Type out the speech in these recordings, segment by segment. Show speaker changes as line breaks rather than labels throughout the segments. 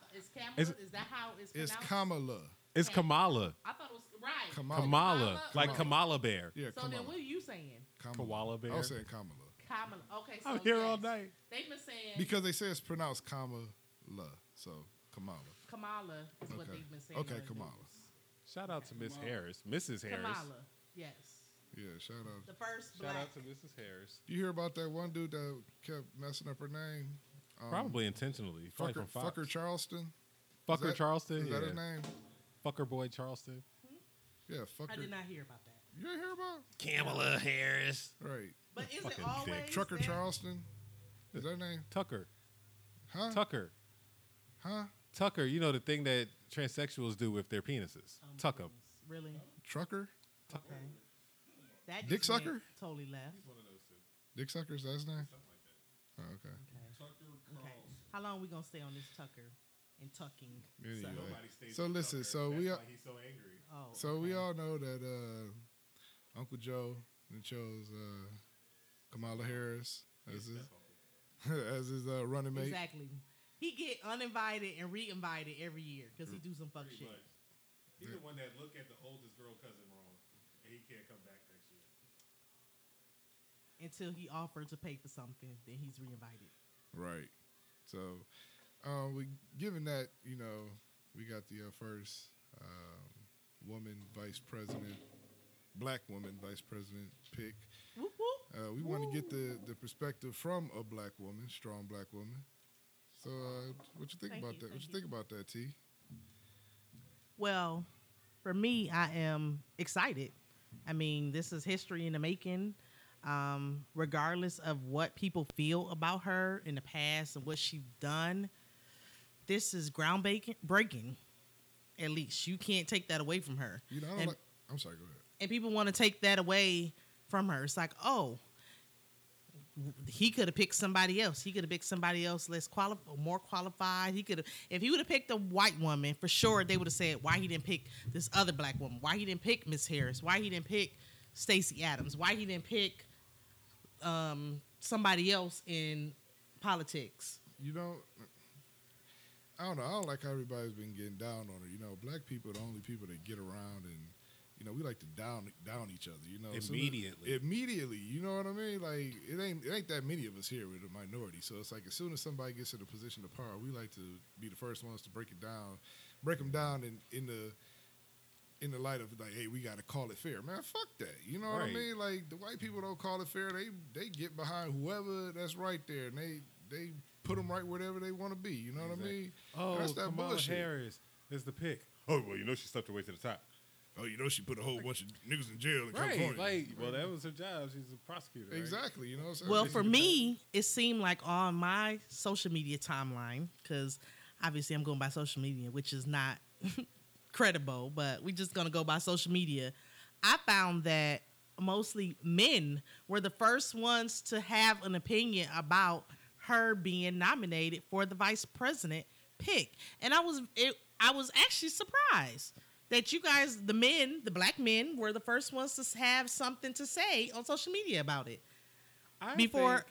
Kamala?
It's-
is that how it's
It's
pronounced?
Kamala.
It's Kamala.
I thought it was right.
Kamala.
Kamala. Like Kamala Bear.
Yeah,
So
Kamala.
then, what are you saying?
Kamala.
Koala bear.
I was saying Kamala
Kamala. Okay. So
I'm here
yes.
all night.
They've been saying
because they say it's pronounced Kamala, so Kamala.
Kamala is what
Okay.
they've been saying.
Okay,
on the
Kamala.
news.
Shout out to Miss Harris. Mrs. Harris.
Kamala. Yes.
Yeah, shout out.
The first
Shout
black.
out to Mrs. Harris.
You hear about that one dude that kept messing up her name? Um,
Probably intentionally. Probably
Fucker,
from Fox.
fucker Charleston.
Fucker
Is that-
Charleston.
Is
yeah.
that her name?
Fucker boy Charleston.
Yeah,
I
fucker.
did not hear about that.
You ain't hear about? it?
Kamala Harris.
Right.
But is
Fucking
it
dick.
always
Trucker
that-
Charleston. Is that her name?
Tucker.
Huh?
Tucker.
Huh?
Tucker. You know the thing that transsexuals do with their penises.
Oh my
Tuck 'em.
goodness, Really?
Trucker?
Tuck 'em.
Okay. That
Dick
just went
sucker?
Totally left.
Dick Sucker's last name? Oh, okay.
Okay. okay. How long we gonna stay on this Tucker and tucking?
Anyway.
sucker?
So listen, so we are,
Oh.
so we all know that uh, Uncle Joe then chose uh, Kamala Harris as his as his uh, running mate.
Exactly. He get uninvited and reinvited every year because
Mm.
he do some fuck shit.
He's the one that look at the oldest girl cousin wrong, and he can't come back next year.
Until he offered to pay for something, then he's reinvited.
Right. So, um, we given that you know we got the uh, first um, woman vice president, black woman vice president pick.
Whoop whoop.
Uh, we want to get the, the perspective from a black woman, strong black woman. So, uh, what you think
Thank
about
you,
that? What
thank
you
you.
think about that, T?
Well, for me, I am excited. I mean, this is history in the making. Um, regardless of what people feel about her in the past and what she's done, this is ground breaking. breaking. At least you can't take that away from her.
You know, I don't
And-
like. I'm sorry. Go ahead.
and people want to take that away from her. It's like, oh, he could have picked somebody else. He could have picked somebody else less qualified, more qualified. He could have, if he would have picked a white woman, for sure they would have said why he didn't pick this other black woman, why he didn't pick Miss Harris, why he didn't pick Stacey Adams, why he didn't pick um, somebody else in politics.
You know, I don't know. I don't like how everybody's been getting down on her. You know, black people are the only people that get around and. You know, we like to down down each other. You know, So the-
Immediately.
immediately. You know what I mean? Like it ain't it ain't that many of us here. We're the minority, so it's like as soon as somebody gets in a position of power, we like to be the first ones to break it down, break them down in in the in the light of like, hey, we got to call it fair, man. Fuck that. You know what I
Right.
mean? Like the white people don't call it fair. They they get behind whoever that's right there, and they they put them right wherever they want to be. You know what I mean?
Oh,
that's that
Kamala
bullshit.
Harris is the pick. Oh, well, you know she stepped her way to the top.
Oh, you know she put a whole bunch of niggas in jail in
Right.
California.
Like, well, that was her job. She's a prosecutor. right?
exactly. You know what I'm saying?
Well, for me, it seemed like on my social media timeline, because obviously I'm going by social media, which is not credible, but we're just going to go by social media. I found that mostly men were the first ones to have an opinion about her being nominated for the vice president pick. And I was it, I was actually surprised that you guys the men, the black men were the first ones to have something to say on social media about it
I
before
think-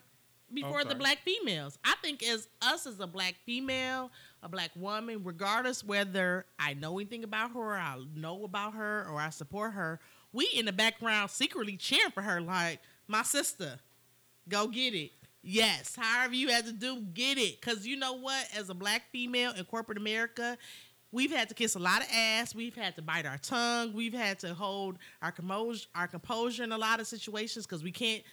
before the
sorry.
black females. I think as us as a black female, a black woman, regardless whether I know anything about her, or I know about her, or I support her, we in the background secretly cheering for her like my sister. Go get it. Yes, however you had to do, get it. Cause you know what? As a black female in corporate America, we've had to kiss a lot of ass. We've had to bite our tongue. We've had to hold our composure, our composure in a lot of situations because we can't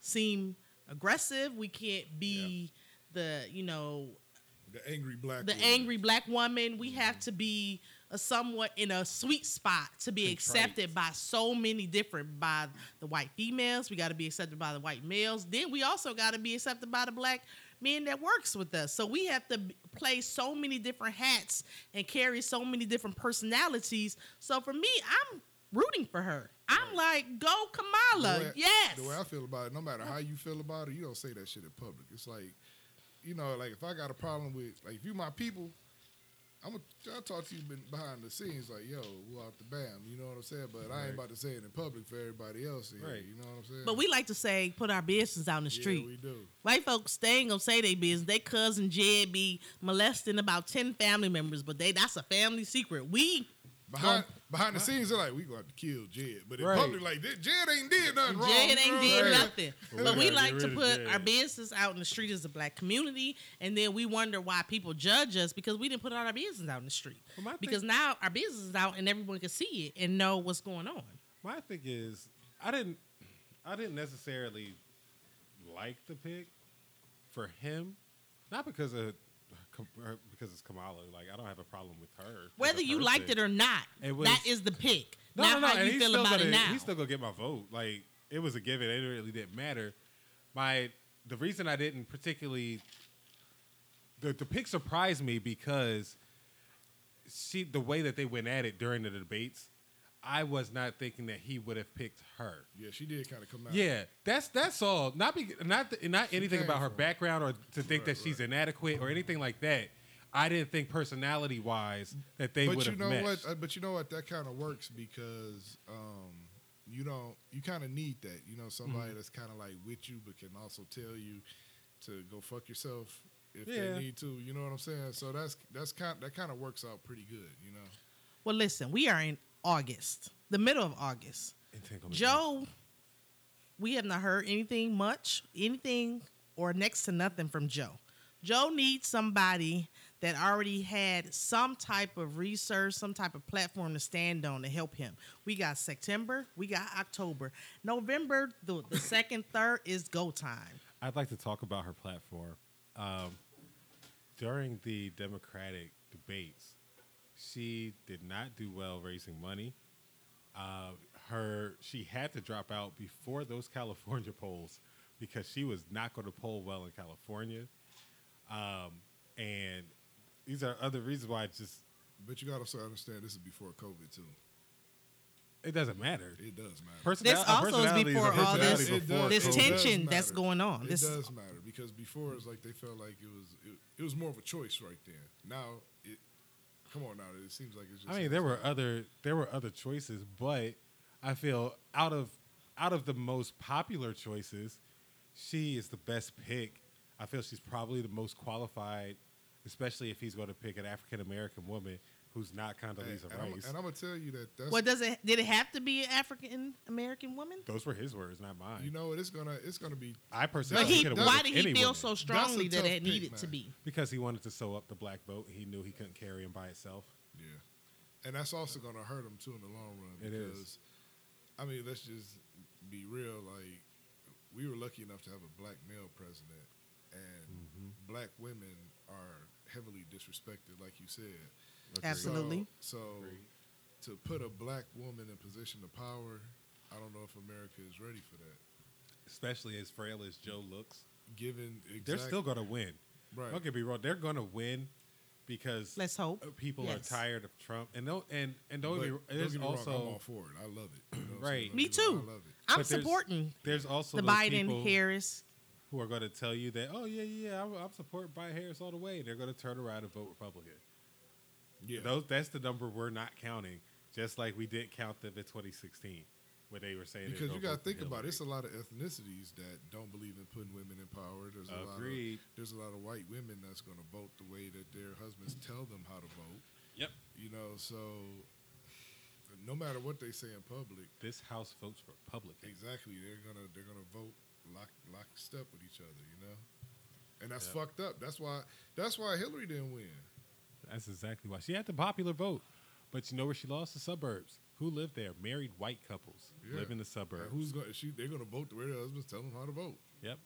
seem aggressive. We can't be the you know
the angry black
the
woman. Mm-hmm.
angry black woman. We have to be a somewhat in a sweet spot to be accepted by so many different by the white females. We got to be accepted by the white males. Then we also got to be accepted by the black men that works with us. So we have to b- play so many different hats and carry so many different personalities. So for me, I'm rooting for her. I'm like, go Kamala.
The way-
yes.
The way I feel about it, no matter how you feel about it, you don't say that shit in public. It's like, you know, like if I got a problem with, like, if you my people, I'm gonna I'll talk to you ben- behind the scenes, like yo, we out the bam. You know what I'm saying? But I ain't
Right.
about to say it in public for everybody else. Here,
Right.
You know what I'm saying?
But we like to say put our business out in the
Yeah,
street.
we do.
White folks, they ain't gonna say they business. They cousin Jed be molesting about ten family members, but they that's a family secret. We
Behind behind the scenes, they're like, we gonna have to kill Jed. But in
Right.
public, like this, Jed ain't did nothing wrong.
Jed
you know
ain't
what I'm
did
saying?
nothing.
Well,
But
we
we
gotta
like
get
to
rid of
put
Jed.
our business out in the street as a black community, and then we wonder why people judge us because we didn't put out our business out in the street.
Well, my thing-
Because now our business is out and everyone can see it and know what's going on.
My thing is, I didn't, I didn't necessarily like the pick for him, not because of because it's Kamala. Like I don't have a problem with her.
Whether you liked it or not,
It was-
that is the pick.
no,
not
no, no,
how
and
you
he's
feel
still
about
gonna,
it now.
He's still gonna get my vote. Like it was a given. It really didn't matter. My the reason I didn't particularly the the pick surprised me because she the way that they went at it during the debates, I was not thinking that he would have picked her.
Yeah, she did kind of come out.
Yeah, that's that's all. Not be, not th- not anything
came
about her
from-
background or to think that she's inadequate or anything like that. I didn't think personality wise that they would
but you
have
know
met.
what? uh, But you know what? That kind of works because um, you don't. You kind of need that. You know,
Mm-hmm.
somebody that's kind of like with you, but can also tell you to go fuck yourself if
Yeah.
they need to. You know what I'm saying? So that's that's kind that kind of works out pretty good. You know.
Well, listen, we are in August, the middle of August. Joe, we have not heard anything much, anything or next to nothing from Joe. Joe needs somebody that already had some type of research, some type of platform to stand on to help him. We got September, we got October. November, the, the second, third is go time.
I'd like to talk about her platform. Um, during the Democratic debates, she did not do well raising money. Uh, her she had to drop out before those California polls because she was not going to poll well in California. Um, and these are other reasons why it just
But you gotta also understand this is before COVID too.
it doesn't matter.
It does matter.
Personal-
This also is
personality
before
a
all
personality
this-
before
this
COVID.
tension that's going on.
It
This-
does matter because before it's like they felt like it was it, it was more of a choice right then. Now it come on now it seems like it's just
I mean, there were other there were other choices, but I feel out of out of the most popular choices, she is the best pick. I feel she's probably the most qualified, especially if he's going to pick an African American woman who's not
and,
Condoleezza
and I'm,
Rice.
and I'm gonna tell you that that's
Well, does it did it have to be an African American woman?
Those were his words, not mine.
you know what it's gonna it's gonna be
I personally
But he,
could have
why did he feel
woman,
so strongly that
tough
it
pick,
needed to
man.
be?
because he wanted to sew up the black vote. He knew he couldn't carry him by itself.
yeah, and that's also gonna hurt them too in the long run.
It is.
I mean, let's just be real. Like we were lucky enough to have a black male president, and
Mm-hmm.
black women are heavily disrespected, like you said.
Absolutely.
So, so to put a black woman in position of power, I don't know if America is ready for that.
Especially as frail as Joe looks,
Given exact,
they're still going to win.
right.
Don't get me wrong; they're going to win because
Let's hope.
uh, people
Yes.
are tired of Trump, and no, and and don't,
But
be,
don't
there's
get me wrong,
also
I'm all for it. I love it. You know what I'm
Right.
saying? Don't
Me
get wrong,
too.
I love it.
I'm
but there's-
supporting
there's also
the
those
Biden
people
Harris
who are going to tell you that oh yeah yeah I'm, I'm supporting Biden Harris all the way, and they're going to turn around and vote Republican.
Yeah.
Those that's the number we're not counting, just like we did count them in 2016 when they were saying they were
Because you
gonna
got to
vote for
think about it,
Hillary.
it's a lot of ethnicities that don't believe in putting women in power. There's a lot
Agreed.
of there's a lot of white women that's going to vote the way that their husbands tell them how to vote.
Yep,
You know, so no matter what they say in public,
this House votes Republican.
exactly they're gonna they're gonna vote lock lockstep with each other. You know, and that's
Yep.
fucked up. That's why that's why Hillary didn't win.
That's exactly why she had the popular vote, but you know where she lost the suburbs. Who lived there? Married white couples
Yeah.
live in the
Like,
suburbs.
who's going? to She they're gonna vote the way their husbands tell them how to vote.
Yep.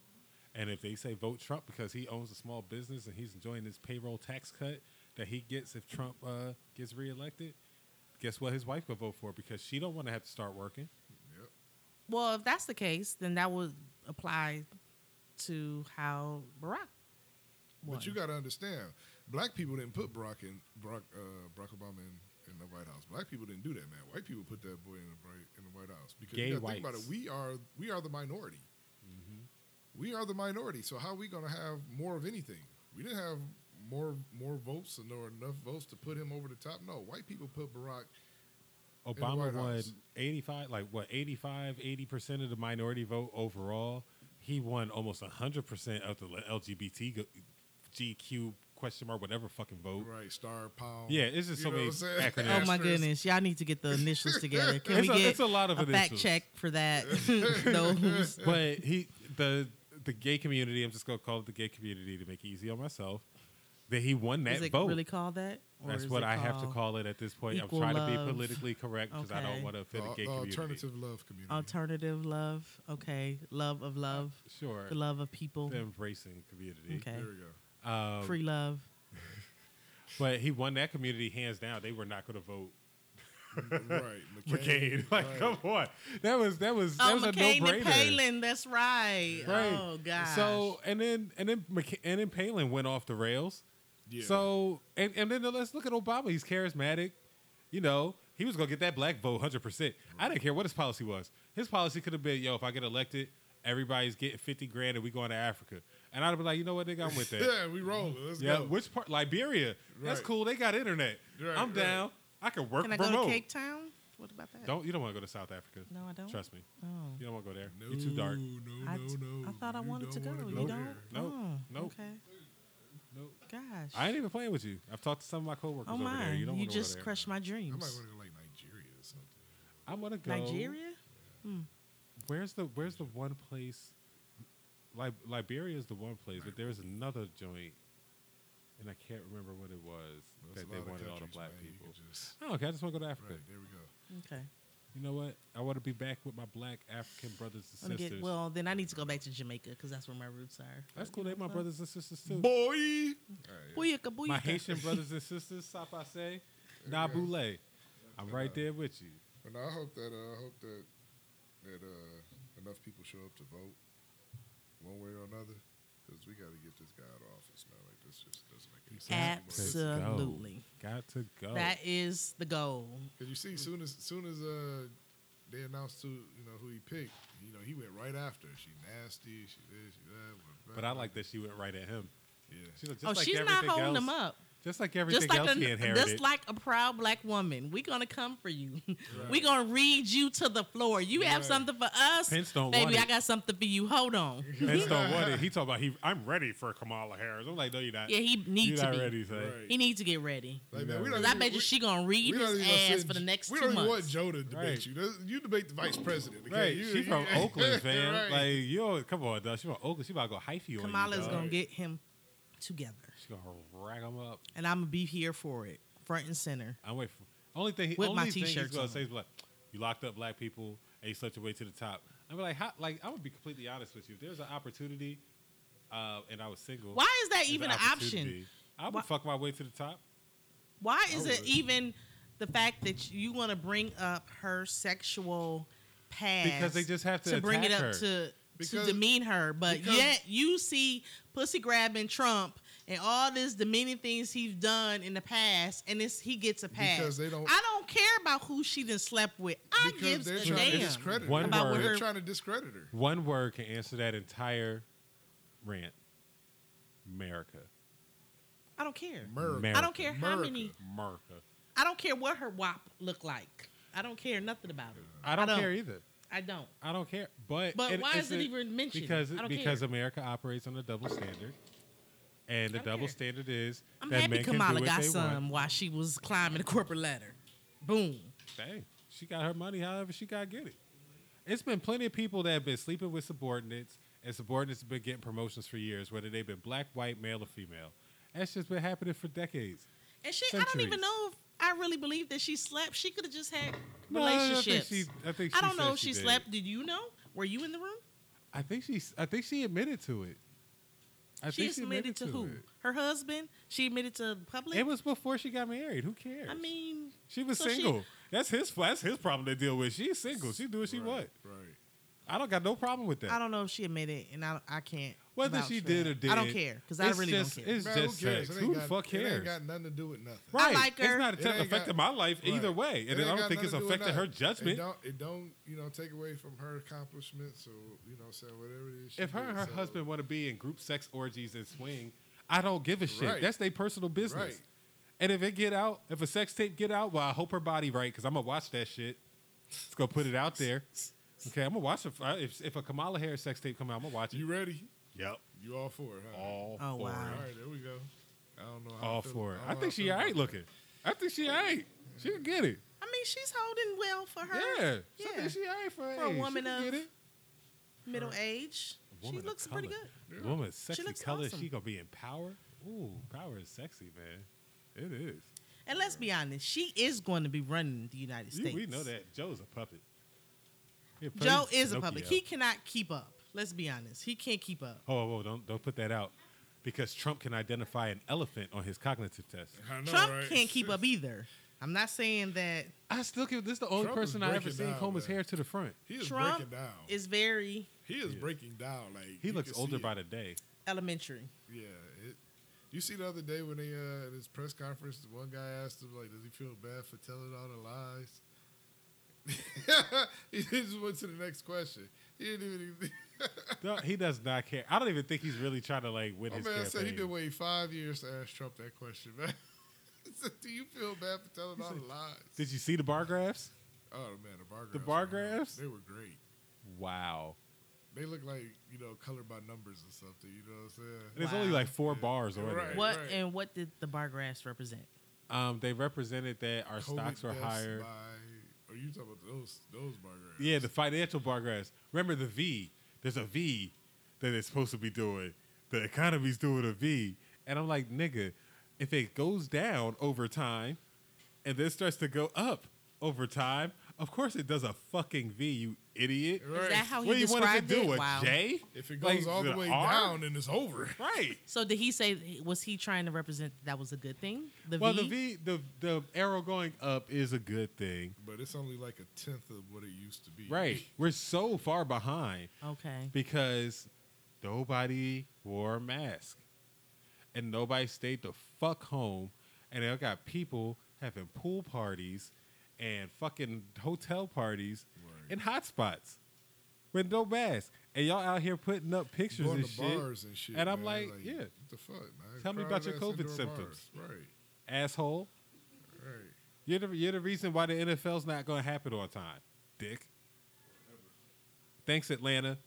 And if they say vote Trump because he owns a small business and he's enjoying this payroll tax cut that he gets if Trump uh, gets reelected, guess what? His wife will vote for because she don't want to have to start working.
Yep.
Well, if that's the case, then that would apply to how Barack. Won.
But you got to understand, black people didn't put Barack in Barack, uh, Barack Obama in, in the White House. Black people didn't do that, man. White people put that boy in the bright, in the White House because
Gay
you gotta think about it.
whites. Mm-hmm.
We are we are the minority. We are the minority. So how are we gonna have more of anything? We didn't have more more votes and or enough votes to put him over the top. No, white people put Barack.
Obama
White
won
House.
85, like what, 85, 80% of the minority vote overall. He won almost 100% of the LGBT, go- GQ question mark, whatever fucking vote.
Right, Star Pound.
Yeah, it's just
You
so
know
many
what I'm saying?
acronyms.
Oh my
Asterisk.
goodness, y'all need to get the initials together. Can
It's
we
a-
get
it's a lot of
fact
initials.
check for that? Those
but he the the gay community. I'm just gonna call it the gay community to make it easy on myself. That he won that
is it
vote.
really called that? Or
That's
is
what
it
I have to
called
call it at this point. I'm
equal
trying to
love?
be politically correct because I
Okay.
don't want to offend
The-
the gay
the
community.
alternative love community.
Alternative love. Okay, love of love,
Sure,
the love of people.
the embracing community.
there
Okay,
we go.
Um,
free love.
but he won that community hands down. They were not going to vote
right,
McCain. Like,
right.
come on, that was that was that
Oh,
was a
McCain
no
and
brainer.
Palin. That's right.
Right.
Oh gosh.
So and then and then McC- and then Palin went off the rails.
Yeah.
So and and then let's look at Obama. He's charismatic. You know, he was gonna get that black vote hundred percent. I didn't care what his policy was. His policy could have been, yo, if I get elected, everybody's getting fifty grand and we going to Africa. And I'd be like, you know what, nigga, I'm with that.
yeah, we rolling. Let's
yeah.
go.
Which part? Liberia. That's
Right.
cool. They got internet.
Right,
I'm
right.
down. I can work
can I go
remote.
to Cape Town? What about that?
Don't you don't want to go to South Africa?
No, I don't.
Trust me.
Oh.
You don't want to go there.
No,
You're too dark.
No,
I,
no, no.
I thought I
You
wanted to
don't
go.
wanna
You
go
don't?
there. Nope.
Oh,
Nope.
Okay.
Nope.
Gosh.
I ain't even playing with you. I've talked to some of my coworkers
oh
over
my.
there. You
You,
don't want to
just
go there.
crushed my
I might
dreams.
want to go like Nigeria or something.
I want to go.
Nigeria?
Where's the Where's the one place? Lib Liberia is the one place, but there was another joint, and I can't remember what it was
Well, it's
that
a
they
lot of
wanted all the
countries,
black
man. You
people.
could Just,
Oh, okay. I just want to go to Africa.
right, there we go.
Okay.
You know what? I want to be back with my black African brothers
Let
and
me
sisters.
get, well, then I need to go back to Jamaica because that's where my roots are.
That's cool. They my brothers and sisters too.
Boy. All right,
Booyaka, booyaka.
Oh, My Haitian brothers and sisters, Sapase, Nabule. I'm right there with you.
yeah. Well, no, I hope that uh, I hope that that uh, enough people show up to vote one way or another because we got to get this guy out of office, man. Like this just doesn't make any sense.
Let's go.
Absolutely.
Got to go.
That is the goal.
Because you see, soon as soon as uh, they announced who you know who he picked, you know he went right after. She nasty. She this. She that. blah, blah,
but I
blah.
like that she went right at him.
Yeah.
She's like, just
oh,
like
she's not
everything
holding
else,
them up.
Just like everything
Just like,
else he
a,
inherited.
just like a proud black woman, we're gonna come for you. We're gonna read you to the floor. You have
Right.
something for us,
Pence don't
baby.
want
I
it.
got something for you. Hold on.
Pence don't want it. He talking about he. I'm ready for Kamala Harris. I'm like, no, you're not.
Yeah, he
you're
need to
not
be.
ready. Say.
Right.
He need to get ready.
Like, man, we don't
Cause I
even-
bet you
we-
she gonna read
we don't
his
even wanna
ass
send-
for the next
We
two
don't even want
months.
Joe to debate
Right.
you. That's- You debate the vice president. Okay?
Right,
You,
she
you-
from Oakland, fam.
Right.
Like, yo, come on, dog. She from Oakland. She about to go hyphy on you.
Kamala's
dog.
gonna get him together,
She gonna rag him up.
and I'm gonna be here for it, front and center.
I'm waiting for. Only thing. He,
With
only
my
thing he's
t-shirts
gonna
on.
say is like, you locked up black people and you slept your way to the top. I'm like, how, like I'm gonna be completely honest with you. If there's an opportunity, uh, and I was single.
Why is that
there's
even an option?
opportunity, I would
Why-
fuck my way to the top.
Why is it
would.
even the fact that you want to bring up her sexual past?
Because they just have to
bring it up
attack her.
to
Because-
to demean her, but
because-
yet you see pussy grabbing Trump and all this demeaning things he's done in the past, and it's, he gets a pass.
Because they don't-
I don't care about who she done slept with. I
because
gives
they're
a
trying to
damn.
discredit
One
her.
About word.
They're
her-
trying to discredit her.
One word can answer that entire rant. America.
I don't care.
America.
America.
I don't care how
America.
many.
America.
I don't care what her wop look like. I don't care nothing about it.
I don't,
I don't.
e-
care either.
I don't.
I don't care. But
But why
it's
is it
a-
even mentioned?
Because
I don't
because
care.
America operates on a double standard, and the
I don't
double
care.
standard is
I'm
that
happy
men can do
Kamala
what
got
they
some
want.
while she was climbing the corporate ladder. Boom.
Hey, she got her money. However, she got to get it. It's been plenty of people that have been sleeping with subordinates, and subordinates have been getting promotions for years, whether they've been black, white, male, or female. That's just been happening for decades.
And she, I don't even
Centuries.
know if I really believe that she slept. She could have just had
No, I don't think
relationships.
she- I think
I
she
don't know
said
if
she
she
did.
slept. Did you know? Were you in the room?
I think she. I think she admitted to it. I
she admitted to who? Her husband? She admitted to the public?
It. was before she got married. Who cares?
I mean,
she was
so she-
single. that's his. That's his problem to deal with. She's single. She do what she want.
Right.
I don't got no problem with that.
I don't know if she admitted it, and I, I can't.
Whether
vouch
she
for
did
that.
or did,
I don't care because I
it's
really
just,
don't care.
It's
Man,
just
who cares?
sex.
It ain't
Who the
got-
fuck
It
cares?
ain't got nothing to do with nothing.
right.
like her.
It's not
It ain't got-
affecting my life either
Right.
way, and I
It ain't
don't
got
think it's
nothing to do with
affecting her
nothing. It
judgment.
don't, it don't, you know, take away from her accomplishments or you know, say whatever it is. she
If her and
did,
her
so-
husband want to be in group sex orgies and swing, I don't give a shit.
Right.
That's their personal business.
Right.
And if it get out, if a sex tape get out, well, I hope her body right because I'm gonna watch that shit. Let's go put it out there. Okay, I'm gonna watch it. If, if a Kamala Harris sex tape come out, I'm gonna watch it.
You ready?
yep.
You all for it? Huh?
All
Oh,
for
wow.
All
it.
right, there we go. I don't know. How
All
I feel-
for it.
don't
I
know
think
how
she
feel
all
about
right
that.
looking. I think she all right. She'll get it.
I mean, she's holding well for her.
Yeah.
Yeah.
I think she all right for, her
For a
age. She
woman
can
of
get it.
Middle age.
A woman
she
of
looks pretty
color.
good.
good.
A woman of sexy
looks
color.
awesome.
She gonna be in power. Ooh, power is sexy, man. It is.
And let's be honest, she is going to be running the United
You-
States.
we know that Joe's a puppet. He plays
Joe is a
Pinocchio.
public. He cannot keep up. Let's be honest. He can't keep up.
Oh, whoa, don't don't put that out, because Trump can identify an elephant on his cognitive test.
I know,
Trump
right?
can't keep up either. I'm not saying that
I still can. This is the only
Trump is
person I ever
breaking
seen
down,
comb his
man.
hair to the front.
He is
Trump
breaking down.
is very
he is breaking down. Like
He
you
looks
can
older
see
by
it.
the day.
elementary.
Yeah. It, you see the other day when they uh, at his press conference, the one guy asked him like, "Does he feel bad for telling all the lies?" he just went to the next question. He didn't even.
No, he does not care. I don't even think he's really trying to like win
My man
his campaign.
said he been waiting five years to ask Trump that question, man. He said, Do you feel bad for telling all the lies?
Did you see the bar graphs?
oh man, the bar graphs.
The bar
were hard.
graphs?
They were great.
Wow.
They look like you know, color by numbers or something. You know what I'm saying?
There's only
Wow.
like four bars on
Right.
there.
What
right.
and what did the bar graphs represent?
Um, they represented that our
COVID
stocks were
deaths
higher.
By, are you talking about those those bar graphs?
Yeah, the financial bar graphs. Remember the V. There's a V that it's supposed to be doing. The economy's doing a V. And I'm like, nigga, if it goes down over time and then starts to go up over time, of course it does a fucking V, you idiot.
Right.
Is that how he
What do you want it to
described it?
do? A
Wow.
J?
if it goes
Like,
all the way
R?
down, then it's over.
Right.
So did he say was he trying to represent that was a good thing? The
Well,
V.
the V, the the arrow going up is a good thing,
But it's only like a tenth of what it used to be.
right? We're so far behind.
Okay.
because nobody wore a mask and nobody stayed the fuck home and they got people having pool parties and fucking hotel parties
Word.
in hot spots with no mask and y'all out here putting up pictures
Going
and
to
shit
bars and shit.
And I'm
man,
like, yeah.
what the fuck, man?
Tell me about your
Crowded ass
COVID
indoor
symptoms.
bars.
asshole
Right, right.
you're the, you're the reason why the NFL's not going to happen on time dick thanks Atlanta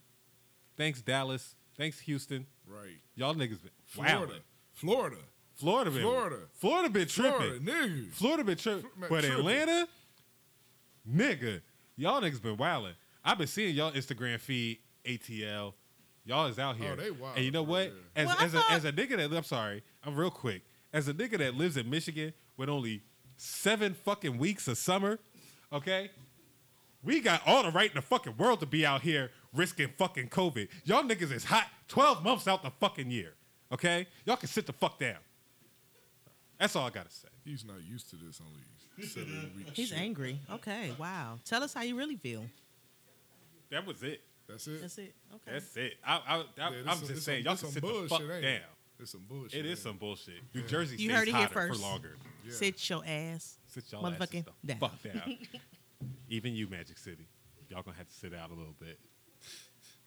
thanks Dallas thanks Houston
Right.
y'all niggas been
Florida.
wildin'.
Florida.
Florida been
Florida.
Florida been tripping.
Florida, nigga.
Florida been tripping.
man,
But
tripping.
Atlanta, nigga, y'all niggas been wilding. I've been seeing y'all Instagram feed ATL. Y'all is out here.
Oh, they wild,
And you know
bro,
what?
yeah.
As
Well, I
as,
thought-
a, as a nigga that I'm sorry, I'm real quick. As a nigga that lives in Michigan with only seven fucking weeks of summer, okay? We got all the right in the fucking world to be out here risking fucking COVID. Y'all niggas is hot 12 months out the fucking year. Okay? Y'all can sit the fuck down. That's all I gotta say.
He's not used to this only seven weeks.
He's angry. Okay. Wow. Tell us how you really feel.
That was it.
That's it.
That's it. Okay.
That's it. I, I, I,
Yeah,
I'm
this some-
just
this
saying,
some-
y'all can
this some
sit the
bullshit,
fuck
ain't
down.
it? It's some bullshit.
It is
ain't
some bullshit. New Jersey
You
stays
heard it here
hotter
first.
for longer.
Yeah.
Sit your ass.
Sit y'all asses
Motherfucking
the
down.
fuck down. Even you, Magic City, y'all gonna have to sit out a little bit,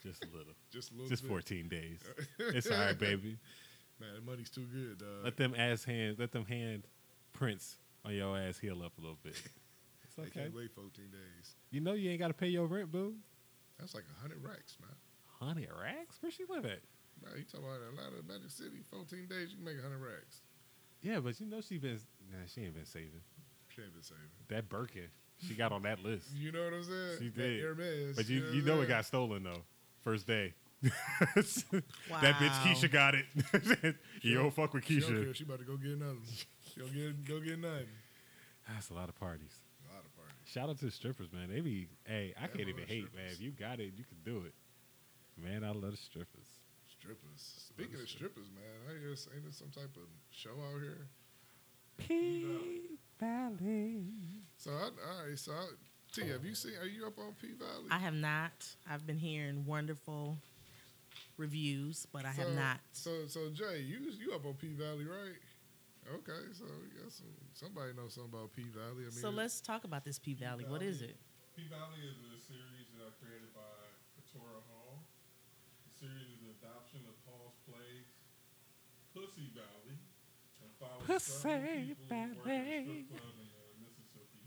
just a little,
Just a little
just
bit.
14 days. It's all right, baby.
Man, that money's too good. Uh,
Let them ass hands, let them hand prints on your ass heal up a little bit. It's
they
okay.
can't wait 14 days.
You know you ain't gotta pay your rent, boo.
That's like 100 racks, man.
Honey racks? Where she live at?
Man, you talking about Atlanta, Magic City, 14 days, you can make 100 racks.
Yeah, but you know she been nah, she ain't been saving.
Can't be saving.
That Birkin she got on that list.
You know what I'm saying?
She
That
did.
Hermes,
But you
what
you
I'm
know it
saying?
got stolen though. First day. That bitch
Wow.
Keisha got it. you don't fuck with
She don't
Keisha.
care. She about to go get another. one. She don't get go get nothing.
That's a lot of parties.
A lot of parties.
Shout out to the strippers, man. They be hey, I
Yeah,
can't
I
even
love
hate, man.
strippers.
If you got it, you can do it. Man, I love the strippers.
Strippers. Speaking of strippers, man, I hear this- ain't there some type of show out here?
P Valley.
So I, all right, so I, T, have you seen? Are you up on P Valley?
I have not. I've been hearing wonderful reviews, but I have
So-
not.
So, so Jay, you you up on P Valley, right? Okay, so we got some somebody knows something about P Valley. I mean,
So let's talk about this P Valley. What is it?
P Valley is a series uh, created by Katora Hall. The series is an adoption of Hall's plays, Pussy Valley and followed
Pussy
seven people who work at a
Valley.
strip club in the Mississippi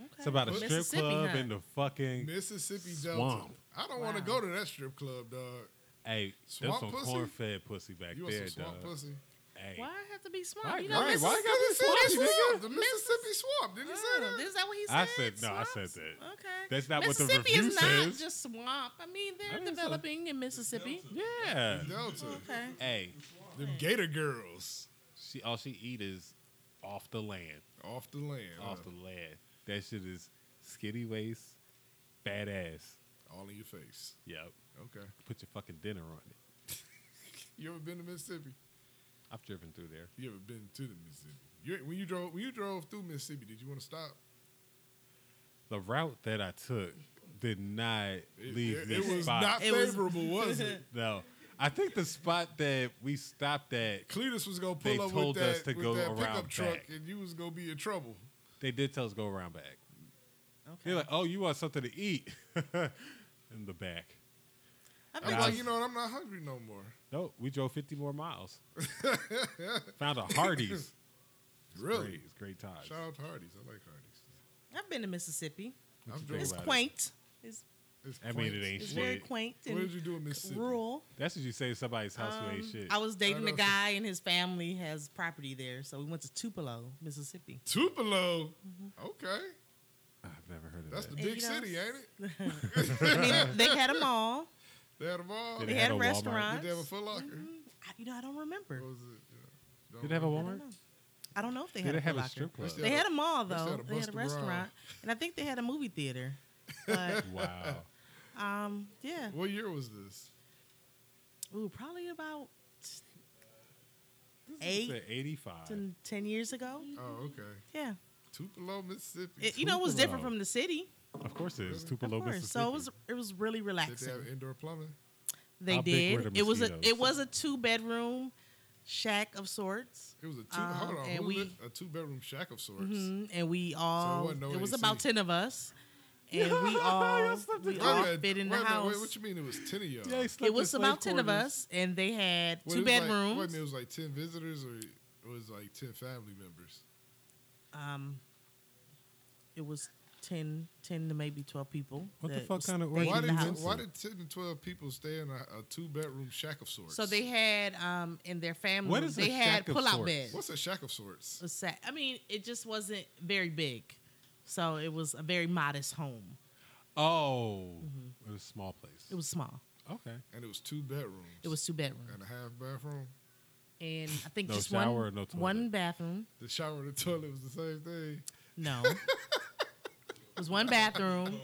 Delta.
It's about a strip
Mississippi,
club
huh?
in the fucking.
Mississippi Delta.
Swamp.
I don't want to
Wow.
go to that strip club, dog.
Hey,
Swamp
that's some
pussy?
corn fed pussy back
You want
there,
some swamp
dog.
pussy?
Hey,
Why it have to be swamp?
Why-
you know,
why-
Missis-
why it gotta be
Mississippi
swamp,
swamp,
nigga?
The Mississippi swamp. Didn't he say
Oh,
that?
is that what he said?
I said- no, I
Swamps?
said that.
Okay.
That's not what the
Mississippi
review
is not
says.
just swamp. I mean,
I
they're
mean, it's a-
developing in Mississippi.
yeah.
Delta.
Okay.
Hey,
Them Gator girls
she all she eat is off the land,
off the land.
off
huh?
the land. That shit is skinny waist, badass.
uh, All in your face.
Yep.
Okay.
Put your fucking dinner on it.
You ever been to Mississippi?
I've driven through there.
You ever been to the Mississippi? You, when you drove when you drove through Mississippi, did you want to stop?
The route that I took did not
It,
leave
it-
this
it was
spot.
not
It was-
favorable, was it?
no, I think the spot that we stopped at,
Cletus was gonna pull
They
up
told
with that,
us to
with
go
that
around
pickup truck,
back.
and you was gonna be in trouble.
they did tell us go around back.
Okay.
They're like, "Oh, you want something to eat?" In the back.
I
I'm
think
And
like,
I-
you know what? I'm not hungry no more.
No, we drove 50 more miles. Found a Hardee's.
Really?
Great, it's great times.
Shout out to Hardee's. I like Hardee's.
I've been to Mississippi.
I'm
you
joking.
think
It's
about it.
quaint. It's,
It's
I mean, it
quaint.
ain't
it's
shit.
very quaint
What did
and
you do in Mississippi?
rural.
That's what you say. at Somebody's house who ain't
Um,
shit.
I was dating
I
a
know.
guy and his family has property there, so we went to Tupelo, Mississippi.
Tupelo. Okay,
I've never heard of
that's
that.
the
And
big
Mm-hmm. you know-
city, ain't it?
I mean, they had a mall.
They had a mall.
Did
They Mm-hmm.
it
Did
had
have
a
a Walmart?
restaurant.
they have a Foot Locker?
I, you know, I don't remember.
What was it? Yeah.
Did they have a
I don't
Walmart?
know. I don't know if they had
Did they
a Foot
have a
Locker.
strip club?
That's
They had a mall
They still
though.
had a
They had a
Busta Rhymes.
restaurant, and I think they had a movie theater. But
Wow.
um, yeah,
What year was this?
ooh, probably about
This is
Eight
at 85.
ten, 10 years ago.
Oh, okay.
Yeah,
Tupelo, Mississippi.
it, you know, it was different
Tupelo.
from the city,
Of course it is.
of
Tupelo,
course.
Mississippi.
So it was it was really
Did they
relaxing.
have indoor plumbing?
They
How big were
did.
the
It was a
mosquitoes?
it was a two bedroom shack of sorts,
It was a two.
Um,
hold on,
and
who
we-
lit- a two bedroom shack of sorts.
Mhm, and we all
wasn't no
it was
AC.
about ten of us, and we all
Yes,
we
Wait a
all
minute,
fit in the
wait a minute,
house.
wait, what you mean? It was ten of y'all.
Yeah, he slept
it
in
was
slave
about ten of
quarters.
us, and they had
What,
two
it was like-
bedrooms.
wait a minute, it was like ten visitors, or it was like ten family members.
um, it was 10, 10 to maybe twelve people.
What the
that
fuck
was
kind of
stayed in
Why
the
did,
house.
why did ten to twelve people stay in a, a two bedroom shack of sorts?
So they had um in their family
What is a
they had
shack of
pull out
sorts?
beds.
What's a shack of sorts?
A sa- I mean, it just wasn't very big, so it was a very modest home.
Oh. It was a small place.
It was small.
Okay.
And it was two bedrooms.
It was two bedrooms,
and a half bathroom.
and I think
No
just
shower,
one
no toilet.
one bathroom.
The shower and the toilet was the same thing.
No, it was one bathroom,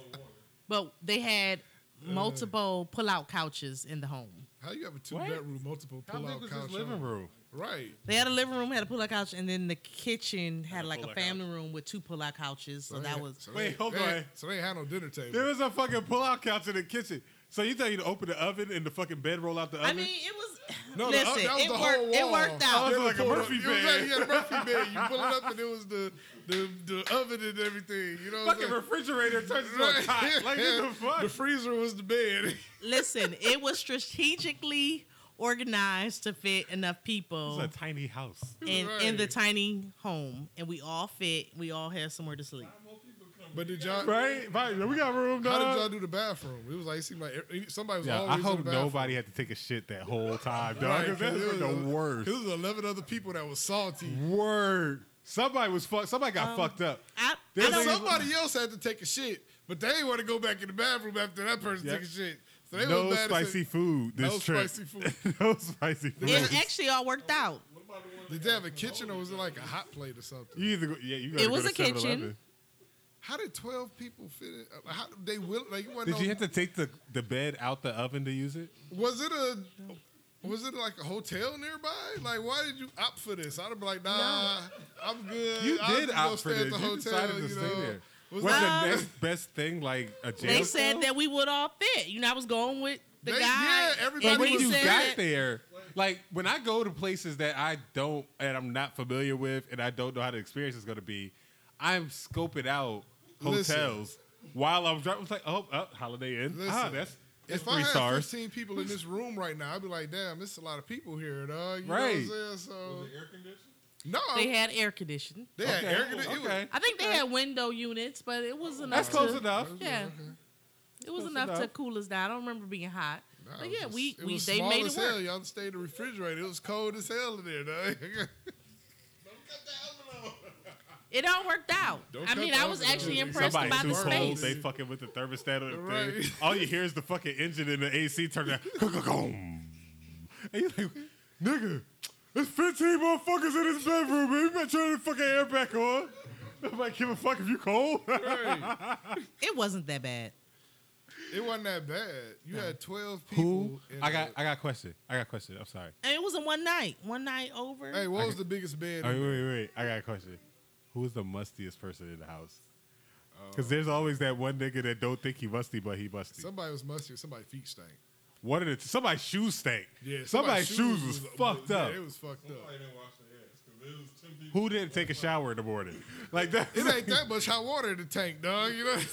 but they had multiple pull out couches in the home.
How you have a two
What?
bedroom, multiple
How
pull
big
out
was
couch?
this living
home?
room?
Right.
They had a living room, had a pull-out couch, and then the kitchen had
a
like a
pull-out
family room with two pull-out couches. So
they
that
had-
was
so they-
Wait, hold
they had-
on.
So they had no dinner table.
There was a fucking pull-out couch in the kitchen. So you tell you to open the oven and the fucking bed roll out the oven?
I mean, it was.
No, the-
listen,
that was
it,
the
worked,
whole
it
wall.
worked
That
out.
was like a Murphy
It was like
bed.
you had a Murphy bed. You pull it up and it was the the, the oven and everything. You know, what
Fucking
I'm saying?
refrigerator turns into a cot. Like, what the fuck?
The freezer was the bed.
Listen, it was strategically organized to fit enough people
It's a tiny house.
in, in the
Right.
tiny home, and we all fit. We all had somewhere to sleep.
How more people come?
But did y'all?
Right? Right. We got room,
How
dog.
did y'all do the bathroom? It was like it seemed like every- somebody was
Yeah,
always
I
in the
hope
bathroom.
nobody had to take a shit that whole time, dog.
Right,
'cause that's
it was
the
a-
worst.
It was eleven other people that was Um, salty.
Word. Somebody was fucked. Somebody got fucked up.
I, I
There's
don't.
Somebody else had to take a shit, but they didn't want to go back in the bathroom after that person
Yeah.
took a shit. So they
No
was mad and
spicy
said,
food this
No
trip.
spicy food.
no spicy food.
it actually all worked out.
What about the one
Did they have a kitchen or was it like a hot plate or something?
you either go, yeah, you gotta
It
go
was
to
a kitchen.
7-Eleven.
How did twelve people fit in? Uh, How they will like? Did
Did you have to take the, the bed out the oven to use it?
Was it a? Was it like a hotel nearby? Like, why did you opt for this? I'd be like, nah, I'm good.
You
I'll
did
just go
opt for
stay at
this.
the
You
hotel,
decided to
you
stay
know.
there.
Was
Was
that-
the next best thing like a jail?
Um, They said
cell?
that we would all fit. You know, I was going with the
They-
guy.
yeah, everybody
But
and
when
he
you
said-
got there, like when I go to places that I don't and I'm not familiar with and I don't know how the experience is going to be, I'm scoping out
Listen.
hotels while I'm driving. It's like, oh, oh Holiday Inn. Ah,
Listen.
that's
If
three
I had
stars.
15 people in this room right now, I'd be like, damn, it's a lot of people here, dog. You
Right.
know what I'm saying? So,
Was it air conditioning?
no,
They had air conditioning.
they had
Okay,
air condi- it was-
okay.
I think they had window units, but it was enough.
That's close
to,
enough.
Yeah, it was
Close
enough, to
enough.
cool us down. I don't remember being hot.
Nah,
but
it
yeah,
was-
we,
it
we
was
they
small
made
as
it
hell.
work.
Y'all stayed in the refrigerator. It was cold as hell in there, dog.
It all worked out.
Don't
I
cut
mean,
the
I was
oven
actually
off.
impressed
Somebody
by
too
the
cold.
space.
They fucking with the thermostat up
Right.
there. All you hear is the fucking engine and the AC turning. and you like, nigga, there's 15 motherfuckers in this bedroom, man. You better turn the fucking air back on. Nobody give a fuck if you cold.
Right.
It wasn't that bad.
It wasn't that bad. You had 12 people.
Who?
in
I
a-
got. I got a question. I got a question. I'm sorry.
And it was a one night, one night over.
Hey, what
I
was
got-
the biggest bed?
All right, wait, wait, wait. I got a question. Who is the mustiest person in the house? Because there's always that one nigga that don't think he musty, but he musty.
Somebody was musty. Somebody feet stank.
one of the somebody's shoes stank.
Yeah,
somebody's, shoes, was, fucked
yeah,
up.
it was fucked up.
Somebody didn't wash their ass because it was ten people.
Who didn't take a shower in the morning? Like that.
It ain't that much hot water in the tank, dog. You know what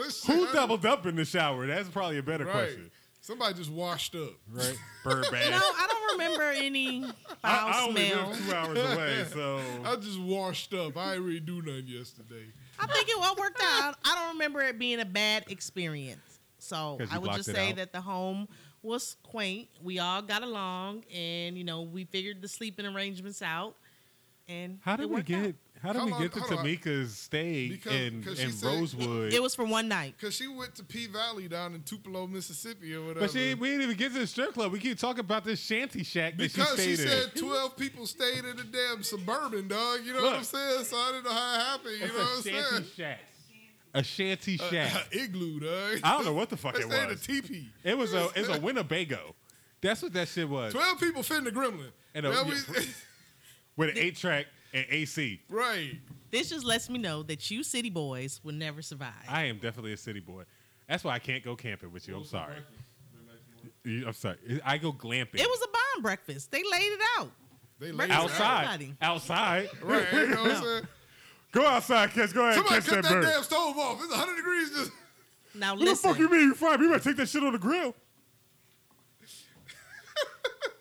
I'm saying?
Who doubled up in the shower? That's probably a better
Right.
question.
Somebody just washed up.
Right? Bird
no,
bag.
I don't remember any foul
I, I only
smell.
live two hours away, so
I just washed up. I ain't really do nothing yesterday.
I think it all worked out. I don't remember it being a bad experience. So
'Cause you
I would
blocked
just
it
say
out?
that the home was quaint. We all got along, and you know we figured the sleeping arrangements out. And
how
it
did we
worked
get?
out.
How did
How
we
long-
get to
hold on.
Tamika's stay
Because-
in,
'cause she
in
said-
Rosewood?
It was for one night.
Cause she went to P Valley down in Tupelo, Mississippi, or whatever.
But she, we didn't even get to the strip club. We keep talking about this shanty shack that
because
she
she,
stayed in.
said twelve people stayed in the damn suburban, dog. You know what
Look.
I'm saying? So I didn't know how it happened. You
It's
know what I'm saying?
shack. A shanty shack.
Igloo, dog.
I don't know what the fuck
they
it
stayed in a
was.
teepee.
It was a it's a Winnebago. That's what that shit was.
Twelve people fit in the gremlin.
And a-
That was-
yeah, With an eight track and AC.
right.
This just lets me know that you city boys will never survive.
I am definitely a city boy. That's why I can't go camping with you. I'm sorry. You- I'm sorry. I go glamping.
it was a bomb breakfast. They laid it out.
They
Breakfast
laid it out.
Everybody.
outside. Outside.
Right. You know what I'm saying?
Go outside, kids. Go ahead and
Somebody
catch
cut
that,
that,
bird.
damn stove off. It's 100 degrees. Just
Now
What the
listen,
fuck you mean you fried? me? You better take that shit on the grill.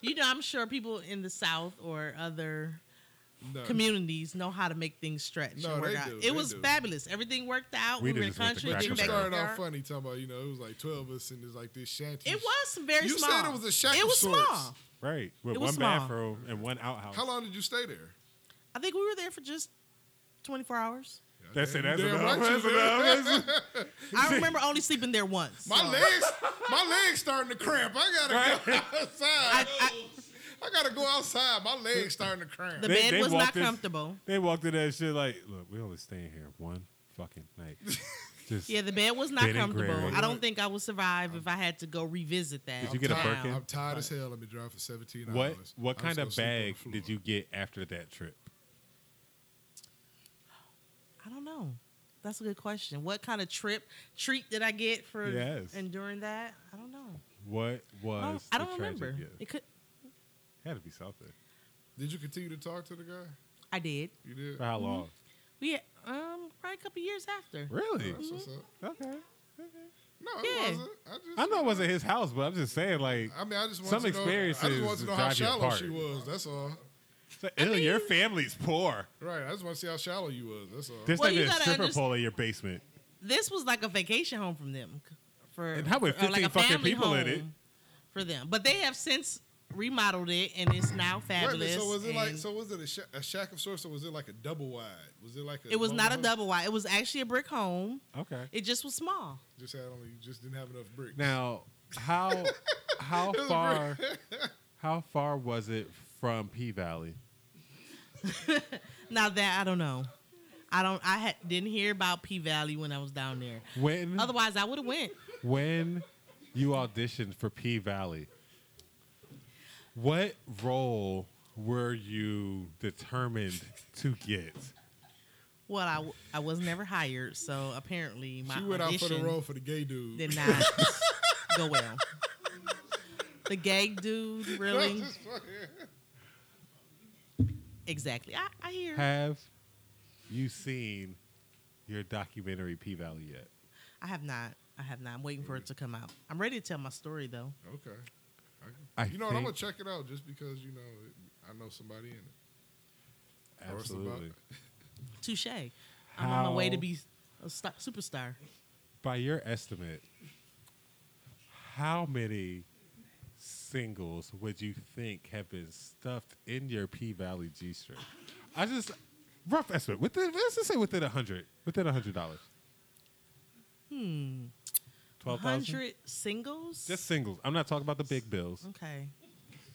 you know I'm sure people in the South or other
no.
communities know how to make things stretch.
No,
and work
they
out.
do,
It
they
was
do.
fabulous. Everything worked out.
We
We, were in
did
the
this with
country.
the crack
did
You
Back
the
in
started
backyard.
off funny talking about, you know, it was like 12 of us and it's like this shanty.
It was very
You
small.
said it was a shack
It
of
was
sorts.
small.
Right. With
It
one
was small.
bathroom and one outhouse.
How long did you stay there?
I think we were there for just 24 hours.
That's it. That's
Damn
enough.
right you
That's
did.
enough. That's
I remember only sleeping there once.
My
so
legs, my legs starting to cramp. I gotta go
I,
outside.
I,
I gotta go outside. My legs starting to cramp.
the
They-
bed
they
was not
walked in-
comfortable.
They walked in that shit like, look, we only staying here one fucking night. Just
Yeah, the bed was not
didn't
comfortable.
grab.
I don't think I would survive if I had to go revisit that.
Did you get a
now.
Birkin?
I'm tired as hell. I've been driving for 17
what
hours.
what
I'm
kind of
just gonna
bag
sleep on the
did
floor.
you get after that trip?
I don't know. That's a good question. What kind of trip treat did I get for
Yes.
and during that? I don't know.
What
I don't,
was
I
the
don't
tragic
remember.
gift?
It could.
Had to be something.
Did you continue to talk to the guy?
I did.
You did.
For how long?
We um probably a couple years after.
Really?
That's what's up.
Okay.
No, it
Yeah.
wasn't. I just.
I know it wasn't his house, but I'm just saying, like,
I mean, I just
Some
wanted to know, I just wanted
experiences
to know how
drive you
shallow
apart.
she was. That's all.
it's like, ew, your family's poor.
Right. I just want to see how shallow you was. That's all.
There's
Well,
not
you
even a
gotta
stripper
underst-
pole in your basement.
This was like a vacation home from them. c- For
And how with
or like
15
a
fucking
family
people in
home
it?
For them, but they have since remodeled it and it's now
Wait a
fabulous.
minute, so was it like?
and
So was it a, sha- a shack of sorts, or was it like a double wide? Was it like a?
It was not a
bungalow?
double wide. It was actually a brick home.
Okay.
It just was small.
Just had only, just didn't have enough bricks.
Now, how how
was
far how far was it from P Valley?
Now that I don't know. I don't. I had, didn't hear about P Valley when I was down there.
When
Otherwise, I would have went.
when you auditioned for P Valley, what role were you determined to get?
Well, I, w- I was never hired, so apparently my
she went out for the
audition
role for the gay dude.
did not go well. The gay dude, really? exactly. I, I hear.
Have you seen your documentary P Valley yet?
I have not. I have not. I'm waiting for it to come out. I'm ready to tell my story though.
Okay. I,
I
you know what? I'm gonna
think-
check it out just because you know it, I know somebody in it. Or it's about-
Absolutely.
Touche. I'm on my way to
How-
be a sta- superstar.
By your estimate, how many singles would you think have been stuffed in your P Valley G string? I just rough estimate. Within let's just say within a hundred. Within a hundred dollars. Hmm. Twelve thousand.
Hundred singles.
Just singles. I'm not talking about the big bills.
okay.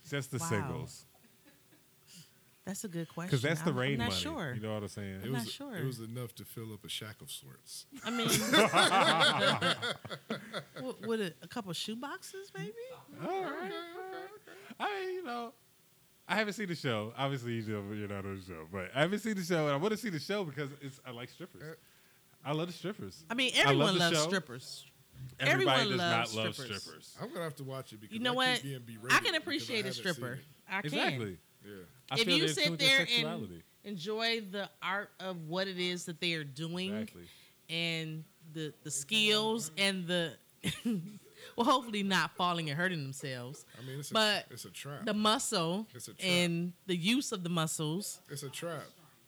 Just the
Wow.
singles.
That's a good question.
Because that's the
I'm-
rain
I'm not
money.
sure.
You know what I'm saying?
I'm
was,
not sure.
It was enough to fill up a shack of sorts.
I mean, what, what a, a couple shoe boxes, maybe.
All right. I mean, you know, I haven't seen the show. Obviously, you know, you're not on the show, but I haven't seen the show, and I want to see the show because it's I like strippers. I love the strippers.
I mean,
I love
everyone
the
loves
show.
strippers.
Everybody
everyone
does
loves
not love
strippers. Oh,
strippers.
I'm gonna have to watch it because
You know
I
what?
keep being berated
I
because
can appreciate a
haven't seen
stripper.
it.
I can.
Exactly.
Yeah.
I
if
feel
you
they're
sit
tuned to
there and
sexuality.
enjoy the art of what it is that they are doing
Exactly.
and the the skills and the well hopefully not falling and hurting themselves
I mean, it's a,
But
it's a trap.
the muscle
It's a trap.
and the use of the muscles
it's a trap.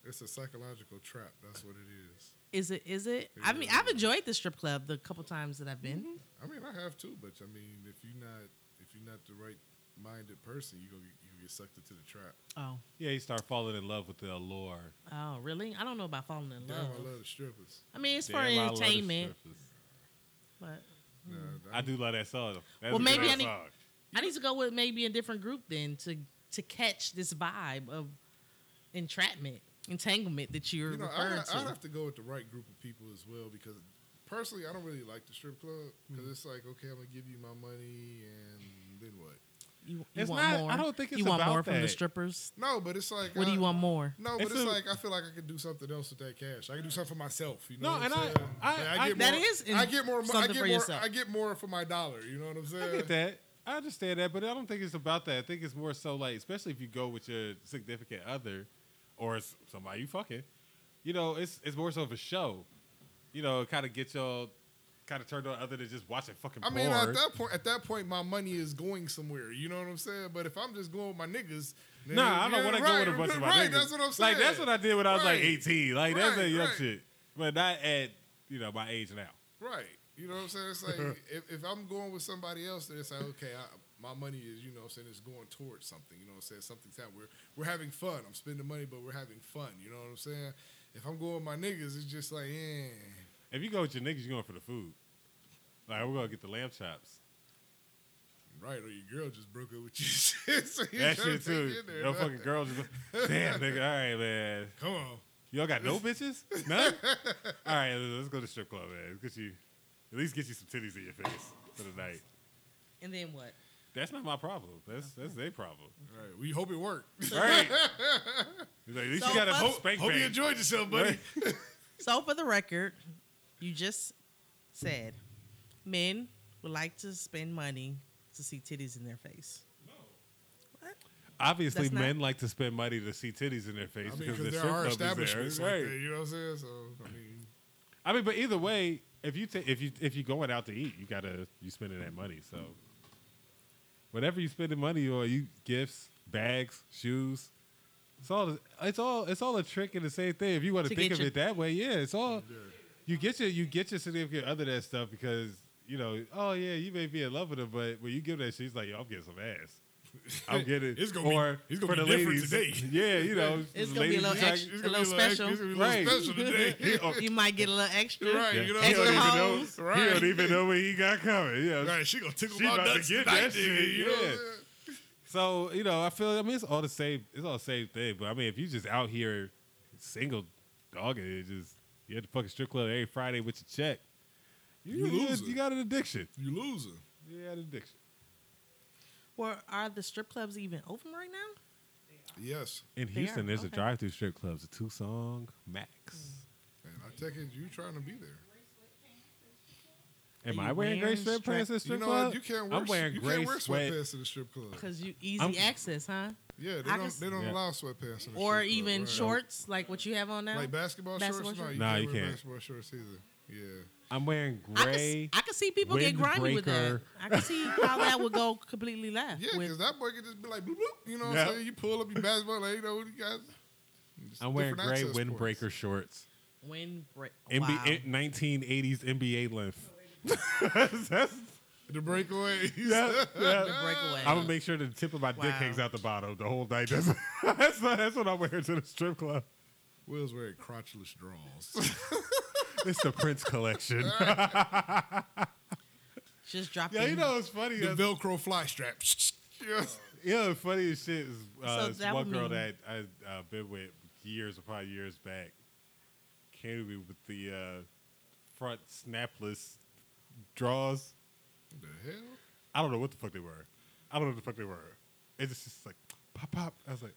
It's a psychological trap. That's what it is.
is it is it i mean i've enjoyed the strip club the couple times that i've been
I mean, I have too, but I mean, if you're not if you're not the right minded person, you go you gonna get sucked into the trap.
oh
Yeah, you start falling in love with the allure.
oh really i don't know about falling in
Damn,
love
I love the strippers.
i mean it's
Damn, I
for
love the
entertainment
strippers.
but
Nah,
Mm-hmm.
I do love that song. That's
Well,
a good
maybe I
ass
need-
song.
I need to go with maybe a different group then to to catch this vibe of entrapment, entanglement that you're
you know, I,
referring
I'd
to.
have to go with the right group of people as well because personally, I don't really like the strip club because
Mm.
it's like, okay, I'm gonna give you my money and then what?
you you
It's
want
not-
more?
I don't think
you
it's
want
about
more from the
that.
strippers.
No, but it's like,
What do
I-
you want more?
No, but
It's
it's,
a-
like I feel like I could do something else with that cash. I could do something for myself. You know
No,
what
and
I'm
I-
saying?
I- I-
That is
I get more. mo- I
something
get
for
more.
yourself.
I get more for my dollar. You know what I'm saying?
I get that. I understand that, but I don't think it's about that. I think it's more so like, especially if you go with your significant other or s- somebody you fucking, you know, it's it's more so of a show. You know, kind of get y'all kind of turned on other than just watching fucking
I
porn.
mean, at that point, at that point, my money is going somewhere. You know what I'm saying? But if I'm just going with my niggas, then
nah, I don't
yeah,
want to go
right,
with a bunch of my
right,
niggas.
That's what I'm saying.
Like that's what I did when I was like
Right.
18. Like that's
Right,
that young
right.
shit, but not at you know my age now.
Right. You know what I'm saying? It's like if, if I'm going with somebody else, then it's like, okay, I, my money is, you know what I'm saying, it's going towards something. You know what I'm saying? Something's happening. We're, we're having fun. I'm spending money, but we're having fun. You know what I'm saying? If I'm going with my niggas, it's just like, eh.
If you go with your niggas, you're going for the food. Like we're gonna get the lamb chops.
Right, or your girl just broke up with you. so you
That
gotta
shit too.
take it in there,
No
dog.
fucking girls. Just, Damn, nigga. All right, man.
Come on.
Y'all got no bitches? None? All right, let's go to strip club, man. Let's get you, at least get you some titties in your face for the night.
And then what?
That's not my problem. That's that's their problem.
Right. We hope it worked.
Right? He's like, at least
So
you got a
fuck-
spank
hope you
bang.
enjoyed yourself, buddy.
So for the record, you just said men would like to spend money to see titties in their face.
Obviously,
That's not-
men like to spend money to see titties in their face
I mean,
because
because
their
there
strip
are
club is there.
establishments like
Right.
that. You know what I'm saying? So, I mean,
I mean, but either way, if you ta- if you if you going out to eat, you gotta you spending that money. So whatever you spending money on, you gifts, bags, shoes. It's all it's all it's all a trick and the same thing. If you want
To
to think
get
of
your-
it that way, yeah, it's all
yeah.
you get your you get your significant other that stuff because you know oh yeah you may be in love with her, but when you give that, she's like yo I'm getting some ass. I'm getting
It's gonna be-
or
it's gonna
for
be
the
different
ladies,
today.
Yeah, you know,
It's
the
gonna be a
ladies
little
is like-
extra,
it's
a
gonna
little
be a little
special.
extra-
Right.
special today.
You might get a little extra.
Right, you know
He
Extra
don't, even know,
hoes.
he
Right.
don't even know what he got coming. Yeah.
Right, she gonna tickle
She
my
about to
nuts
get
tonight,
that
nigga,
shit,
You know what
yeah.
I'm saying?
So you know, I feel. I mean, it's all the same. It's all the same thing. But I mean, if you just out here single dogging it, just you at the fucking strip club every Friday with your check, you
You
you,
losing.
you got an addiction.
You losing.
You got an addiction.
Well, are the strip clubs even open right now?
Yes.
In
They are,
Houston, there's
okay.
a drive-through strip clubs, a Tucson Max.
Mm. And I take it you trying to be there.
Am
you
I wearing gray
wearing
sweatpants
strap-
at the
You
strip
know
club?
what? You can't wear,
I'm wearing
you
gray
can't wear
sweat.
sweatpants in the strip club.
Because you easy
I'm-
access, huh?
Yeah, they
I can s-
don't, they don't
Yeah.
allow sweatpants in the strip
Or
club,
even
right.
shorts like what you have on now.
Like basketball,
Basketball
shorts? No,
shorts?
you
Nah,
can't
you
wear
can't.
basketball shorts either. Yeah.
I'm wearing
I could, s-
gray.
I could see people get grimy with that.
windbreaker.
I could see how that would go completely left.
Yeah,
with,
because that boy could just be like, bloop, bloop. You know what
Yep.
I'm saying? You pull up your basketball, like, you know, you guys. just
I'm wearing
different
gray
access Oh, points.
windbreaker shorts.
windbreak. wow.
NBA, 1980s NBA length. That's-
The breakaways.
yeah, yeah.
The breakaway.
I'm gonna make sure the tip of my dick
Wow.
hangs out the bottom the whole night. That's that's, that's what I'm wearing to the strip club.
Will's wearing crotchless draws.
It's the Prince collection.
Just drop.
yeah,
the-
you know it's funny.
the
that's-
Velcro fly strap. yes.
Yeah, the funniest shit is uh,
So
this
that
one
would
girl that
mean-
I uh, been with years, probably years back, came to me with the uh, front snapless draws.
What the hell?
I don't know what the fuck they were. I don't know what the fuck they were. It's just like pop pop. I was like,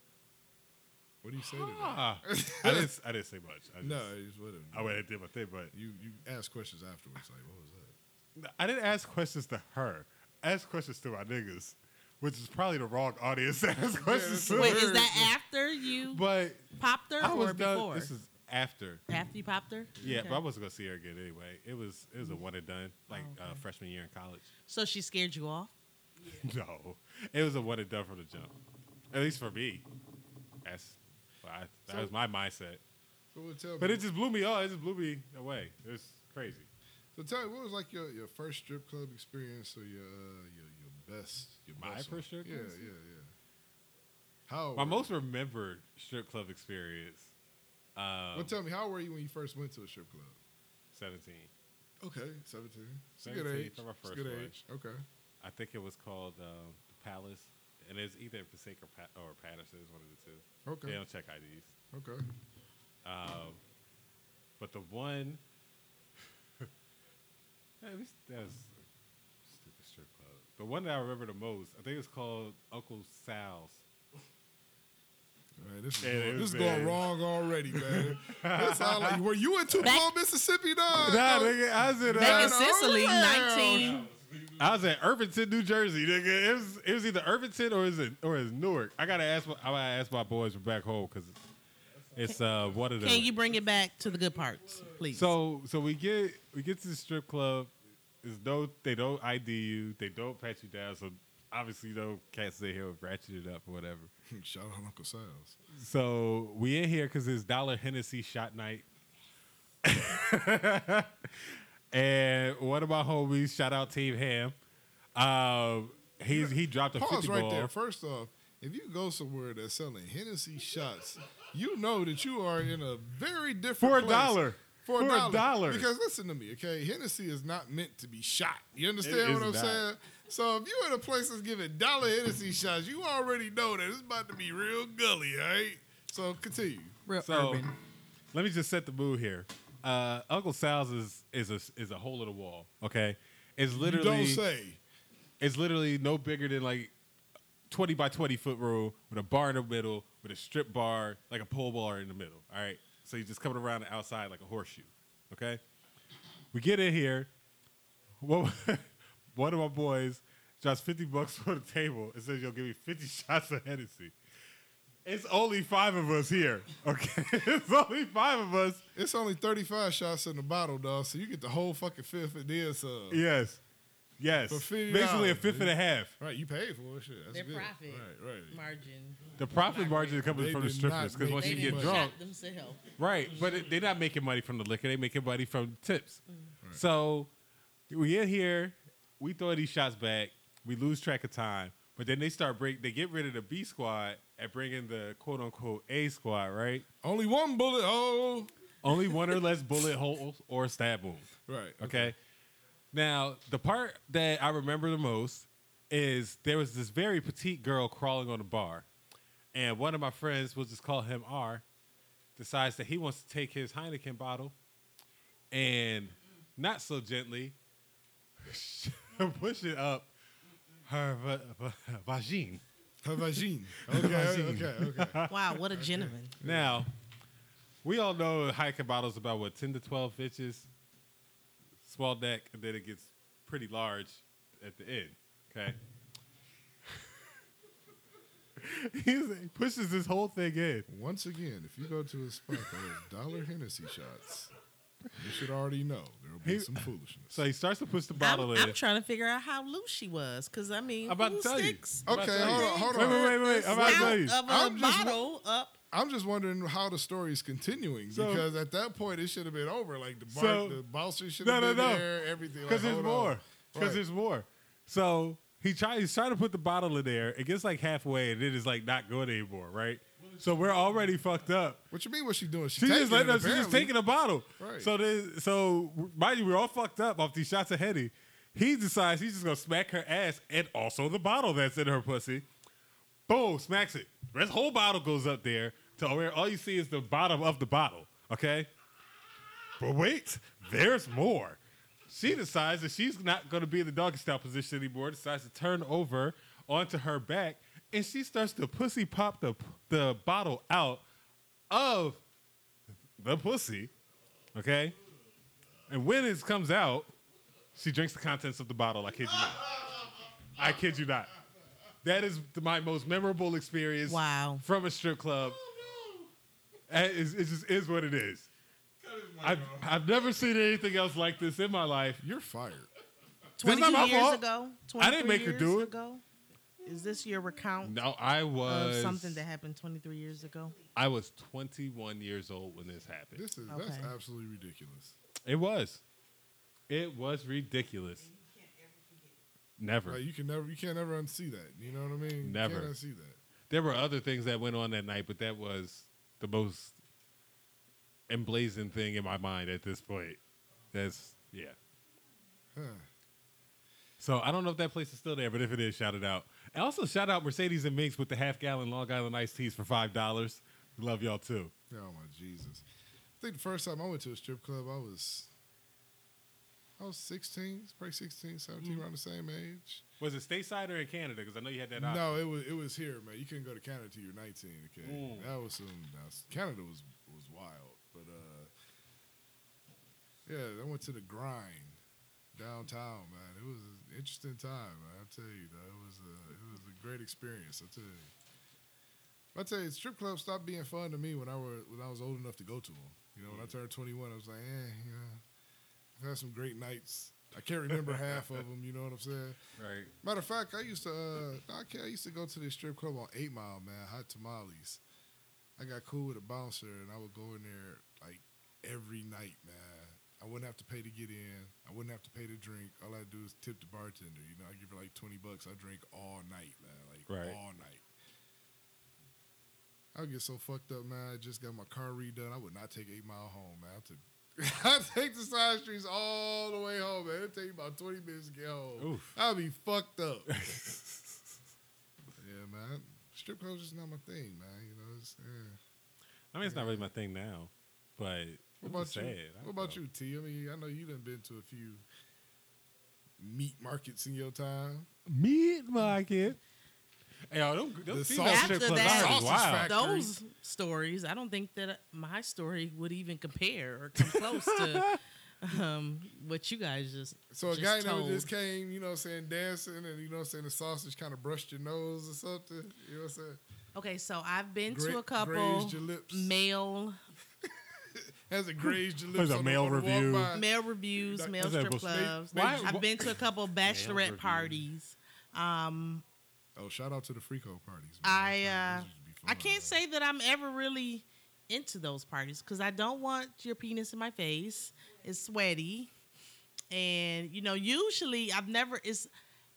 What do you say to that?
ah. I didn't. I didn't say much. I just,
No, it's whatever.
I went and did my thing, but
you you ask questions afterwards. Like, what was that?
I didn't ask questions to her. I asked questions to my niggas, which is probably the wrong audience to ask questions to.
Wait,
her.
is that after you
But
popped her
I
or
was done.
before?
This is after.
after you popped her. Okay.
Yeah,
Mm-hmm.
but I wasn't gonna see her again anyway. It was it was a one and done, like
Oh,
uh,
okay.
freshman year in college.
so she scared you off.
no, it was a one and done from the jump. At least for me, that's what I, that
So-
was my mindset.
So well, tell
But
me.
it just blew me off. It just blew me away. It was crazy.
so tell me, what was like your, your first strip club experience or your uh, your your best your
My
best
first strip
Yeah,
club
yeah,
experience?
yeah. How?
My
old were
most
You?
remembered strip club experience, um,
Well, tell me, how were you when you first went to a strip club?
seventeen.
Okay, seventeen. It's a
17
good age.
for my
it's a
first
good
one.
age. Okay.
I think it was called um, the Palace, and it's either Passaic or, Pat- or Patterson. It's one of the two.
Okay.
They don't check IDs.
Okay.
Um, but the one, that was, that was a stupid strip club. The one that I remember the most, I think it's called Uncle Sal's.
Man, this is,
Yeah, it
going,
was
this is going
bad.
wrong already, man. That sound like, were you in Tupelo, Mississippi, dog? No.
I was in,
Back in
no,
Sicily,
well.
nineteen.
I was in Irvington, New Jersey. Nigga. It was it was either Irvington or is it or is Newark. I gotta ask. My, I gotta ask my boys from back home because it's uh one of the.
Can you bring it back to the good parts, please?
So so we get we get to the strip club. There's no they don't ID you. They don't pat you down. So obviously you know cats sit here and ratchet it up or whatever.
Shout out Uncle Sal's.
So we in here because it's Dollar Hennessy shot night. and one of my homies, shout out Team Ham. Um, he's he dropped a
Pause
fifty
right
ball.
there. First off, if you go somewhere that's selling Hennessy shots, you know that you are in a very different
For a
place.
dollar.
For a dollar.
dollar.
Because listen to me, okay? Hennessy is not meant to be shot. You
It
understand
is
what I'm
not.
saying? So if you're in a place that's giving dollar Hennessy shots, you already know that it's about to be real gully, all right? So continue.
Real
So
urban.
let me just set the mood here. Uh, Uncle Sal's is is a is a hole in the wall. Okay, it's literally
Don't say.
It's literally no bigger than like 20 by 20 foot room with a bar in the middle, with a strip bar, like a pole bar in the middle. All right. So you're just coming around the outside like a horseshoe. Okay. We get in here. One one of my boys drops 50 bucks on the table and says, Yo, give me 50 shots of Hennessy. It's only five of us here. Okay. it's only five of us.
It's only 35 shots in the bottle, dog, so you get the whole fucking fifth and then some.
Yes. Yes.
For $50.
Basically a fifth and a half.
Right, you paid for it, shit. That's
Their
good.
profit.
Right, right.
margin.
The profit margin comes
They
from the
did
strippers because
not make
once
They
you
didn't
get
shot
drunk,
themselves.
Right, but it, they're not making money from the liquor; they're making money from tips. So we in here, we throw these shots back, we lose track of time. But then they start break. They get rid of the B squad and bring in the quote unquote A squad. Right,
Only one bullet hole.
only one or less bullet holes or stab wounds.
Right.
Okay. Now, the part that I remember the most is there was this very petite girl crawling on the bar, and one of my friends, we'll just call him R, decides that he wants to take his Heineken bottle and not so gently push it up her va- va- vagine.
Her vagine. Okay, okay, okay.
Wow, what a gentleman.
Now, we all know hiking bottles about what ten to twelve inches, small neck, and then it gets pretty large at the end. Okay. He's, he pushes this whole thing in.
Once again, if you go to a spot that has dollar Hennessy shots, You should already know there will be
He-
some foolishness.
So he starts to push the
I'm,
bottle in.
I'm trying to figure out how loose she was, because I mean,
I'm about
who
to tell you.
sticks
I'm about to
Okay,
tell you.
hold on, hold on.
Wait, wait, wait, wait.
the
I'm about to tell
snout
you.
Of a
I'm just wa-
bottle up.
I'm just wondering how the story is continuing
So-
because at that point it should have been over. Like the bar,
So-
the bouncer should
No,
have
no,
been
no.
there. Everything.
Because
like,
there's
hold on.
more. Because
Right.
there's more. So he try, he's trying to put the bottle in there. It gets like halfway and it is like not good anymore, right? So we're already fucked up.
What you mean? What she doing? She
She
taking
just let
it,
us. She just
apparently.
taking a bottle.
Right.
So then, so mind you, we're all fucked up off these shots of Hetty. He decides he's just gonna smack her ass and also the bottle that's in her pussy. Boom! Smacks it. The whole bottle goes up there to where all you see is the bottom of the bottle. Okay. But wait, there's more. She decides that she's not going to be in the doggy style position anymore. Decides to turn over onto her back, and she starts to pussy pop the the bottle out of the pussy. Okay, and when it comes out, she drinks the contents of the bottle. I kid you not. I kid you not. That is my most memorable experience.
Wow.
From a strip club, That is- it just is what it is. I've, I've never seen anything else like this in my life.
You're fired.
That's
22
not my
years
fault.
ago.
I didn't
23
make her
years
do it.
Ago, is this your recount
No, I
of
was
something that happened 23 years ago?
I was 21 years old when this happened.
This is that's
Okay.
absolutely ridiculous.
It was, it was ridiculous. Never.
Like you can never, you can't ever unsee that. You know what I mean?
Never.
you can't unsee that.
There were other things that went on that night, but that was the most emblazoned thing in my mind at this point. That's yeah.
Huh.
So I don't know if that place is still there, but if it is, shout it out. And also shout out Mercedes and Minx with the half gallon Long Island iced teas for five dollars. Love y'all too.
Oh my Jesus! I think the first time I went to a strip club, I was, I was 16, probably 16, 17, around the same age.
Was it stateside or in Canada? Because I know you had that option.
No, it was it was here, man. You couldn't go to Canada till you're 19. Okay,
Mm.
that was some. that was- Canada was was wild, but uh, yeah, I went to the grind downtown, man. It was an interesting time, man. I tell you, though, it was a it was a great experience. I tell you, I tell you, strip clubs stopped being fun to me when I were when I was old enough to go to them. You know, when I
Mm.
turned 21, I was like, eh, you know, I've had some great nights. I can't remember half of them. You know what I'm saying?
Right.
Matter of fact, I used to uh, nah, I, can't, I used to go to this strip club on Eight Mile, man. Hot tamales. I got cool with a bouncer, and I would go in there like every night, man. I wouldn't have to pay to get in. I wouldn't have to pay to drink. All I had to do is tip the bartender. You know, I give her like twenty bucks. I drink all night, man. Like
Right.
all night. I would get so fucked up, man. I just got my car redone. I would not take Eight Mile home, man. I took. I take the side streets all the way home, man. It'll take me about 20 minutes to get home.
Oof.
I'll be fucked up. yeah, man. Strip clubs is not my thing, man. You know, it's, eh.
I mean, it's not really my thing now, but
What about you?
sad.
What about you, T? I mean, I know you done been to a few meat markets in your time.
Meat market. Hey, y'all, them, them
The
female
sausage-
strip
After
clubs
that-
are
sausage
wild.
factory.
Those stories, I don't think that my story would even compare or come close to um, what you guys just.
So a
just
guy
told.
never just came, you know, what I'm saying dancing, and you know, what I'm saying the sausage kind of brushed your nose or something. You know, what I'm saying
Okay, so I've been to
Gra-
a couple
grazed your lips.
male
has it grazed your
There's
lips.
a
on the-
male
on the walk
review.
by?
male reviews,
Like,
male
is that
strip
bullshit?
clubs.
Why- why-
I've been to a couple
reviews.
bachelorette parties. Um,
Oh, shout out to the Frico parties. man.
I uh,
Those used to be
I
fun, man.
can't say that I'm ever really into those parties because I don't want your penis in my face. It's sweaty, and you know, usually I've never. It's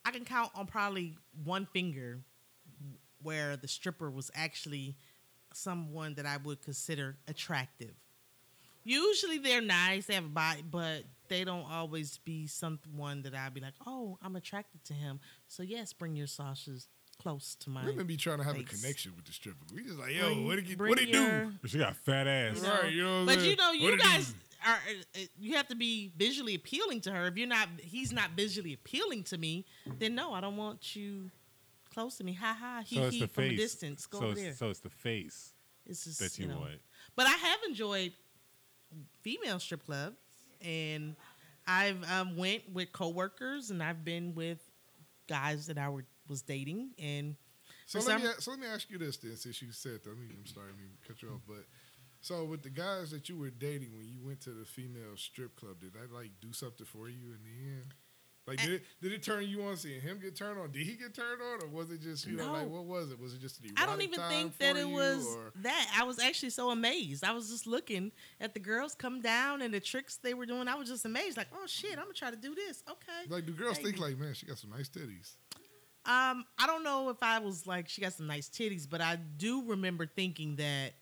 I can count on probably one finger where the stripper was actually someone that I would consider attractive. Usually they're nice, they have a body, but they don't always be someone that I'd be like, oh, I'm attracted to him. So yes, bring your sauces close to mine.
Women be trying to have
Thanks.
a connection with the stripper. We just like, yo,
Bring-
what it, get-
bring
what it do?
your-
She got fat
you
ass.
Right,
know?
you know what
Oh,
I'm
but
saying?
you know,
What
you
it
guys are. uh, You have to be visually appealing to her. If you're not, he's not visually appealing to me. Then no, I don't want you close to me. Ha ha. He
So it's
he
the
from a
face.
distance. Go
so,
over
it's,
there.
so it's the face
it's just
that you,
know.
want.
But I have enjoyed female strip clubs, and I've um, went with coworkers, and I've been with guys that I were, was dating, and
So
For
let, me,
some-
a- so let me ask you this then, since you said that. I mean, I'm sorry, I mean, cut you off, but So with the guys that you were dating when you went to the female strip club, did that like do something for you in the end? Like did it, did it turn you on seeing him get turned on? Did he get turned on, or was it just you know like
No.
what was it? Was it just an
I don't
erotic
even
time
think that
for
it
you,
was
or-
that. I was actually so amazed. I was just looking at the girls come down and the tricks they were doing. I was just amazed, like, oh shit, I'm gonna try to do this. Okay.
like do girls think
Hey.
like man she got some nice titties?
Um, I don't know if I was like, she got some nice titties, but I do remember thinking that,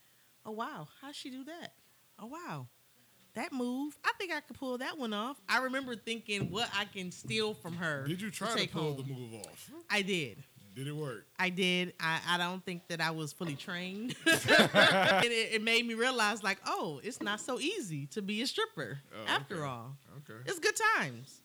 oh wow, how'd she do that? Oh wow, that move. I think I could pull that one off. I remember thinking what I can steal from her.
Did you try to
take
pull
home.
the move off?
I did.
Did it work?
I did. I, I don't think that I was fully trained. and it, it made me realize, like, oh, it's not so easy to be a stripper
Oh,
after
okay.
all.
Okay.
It's good times.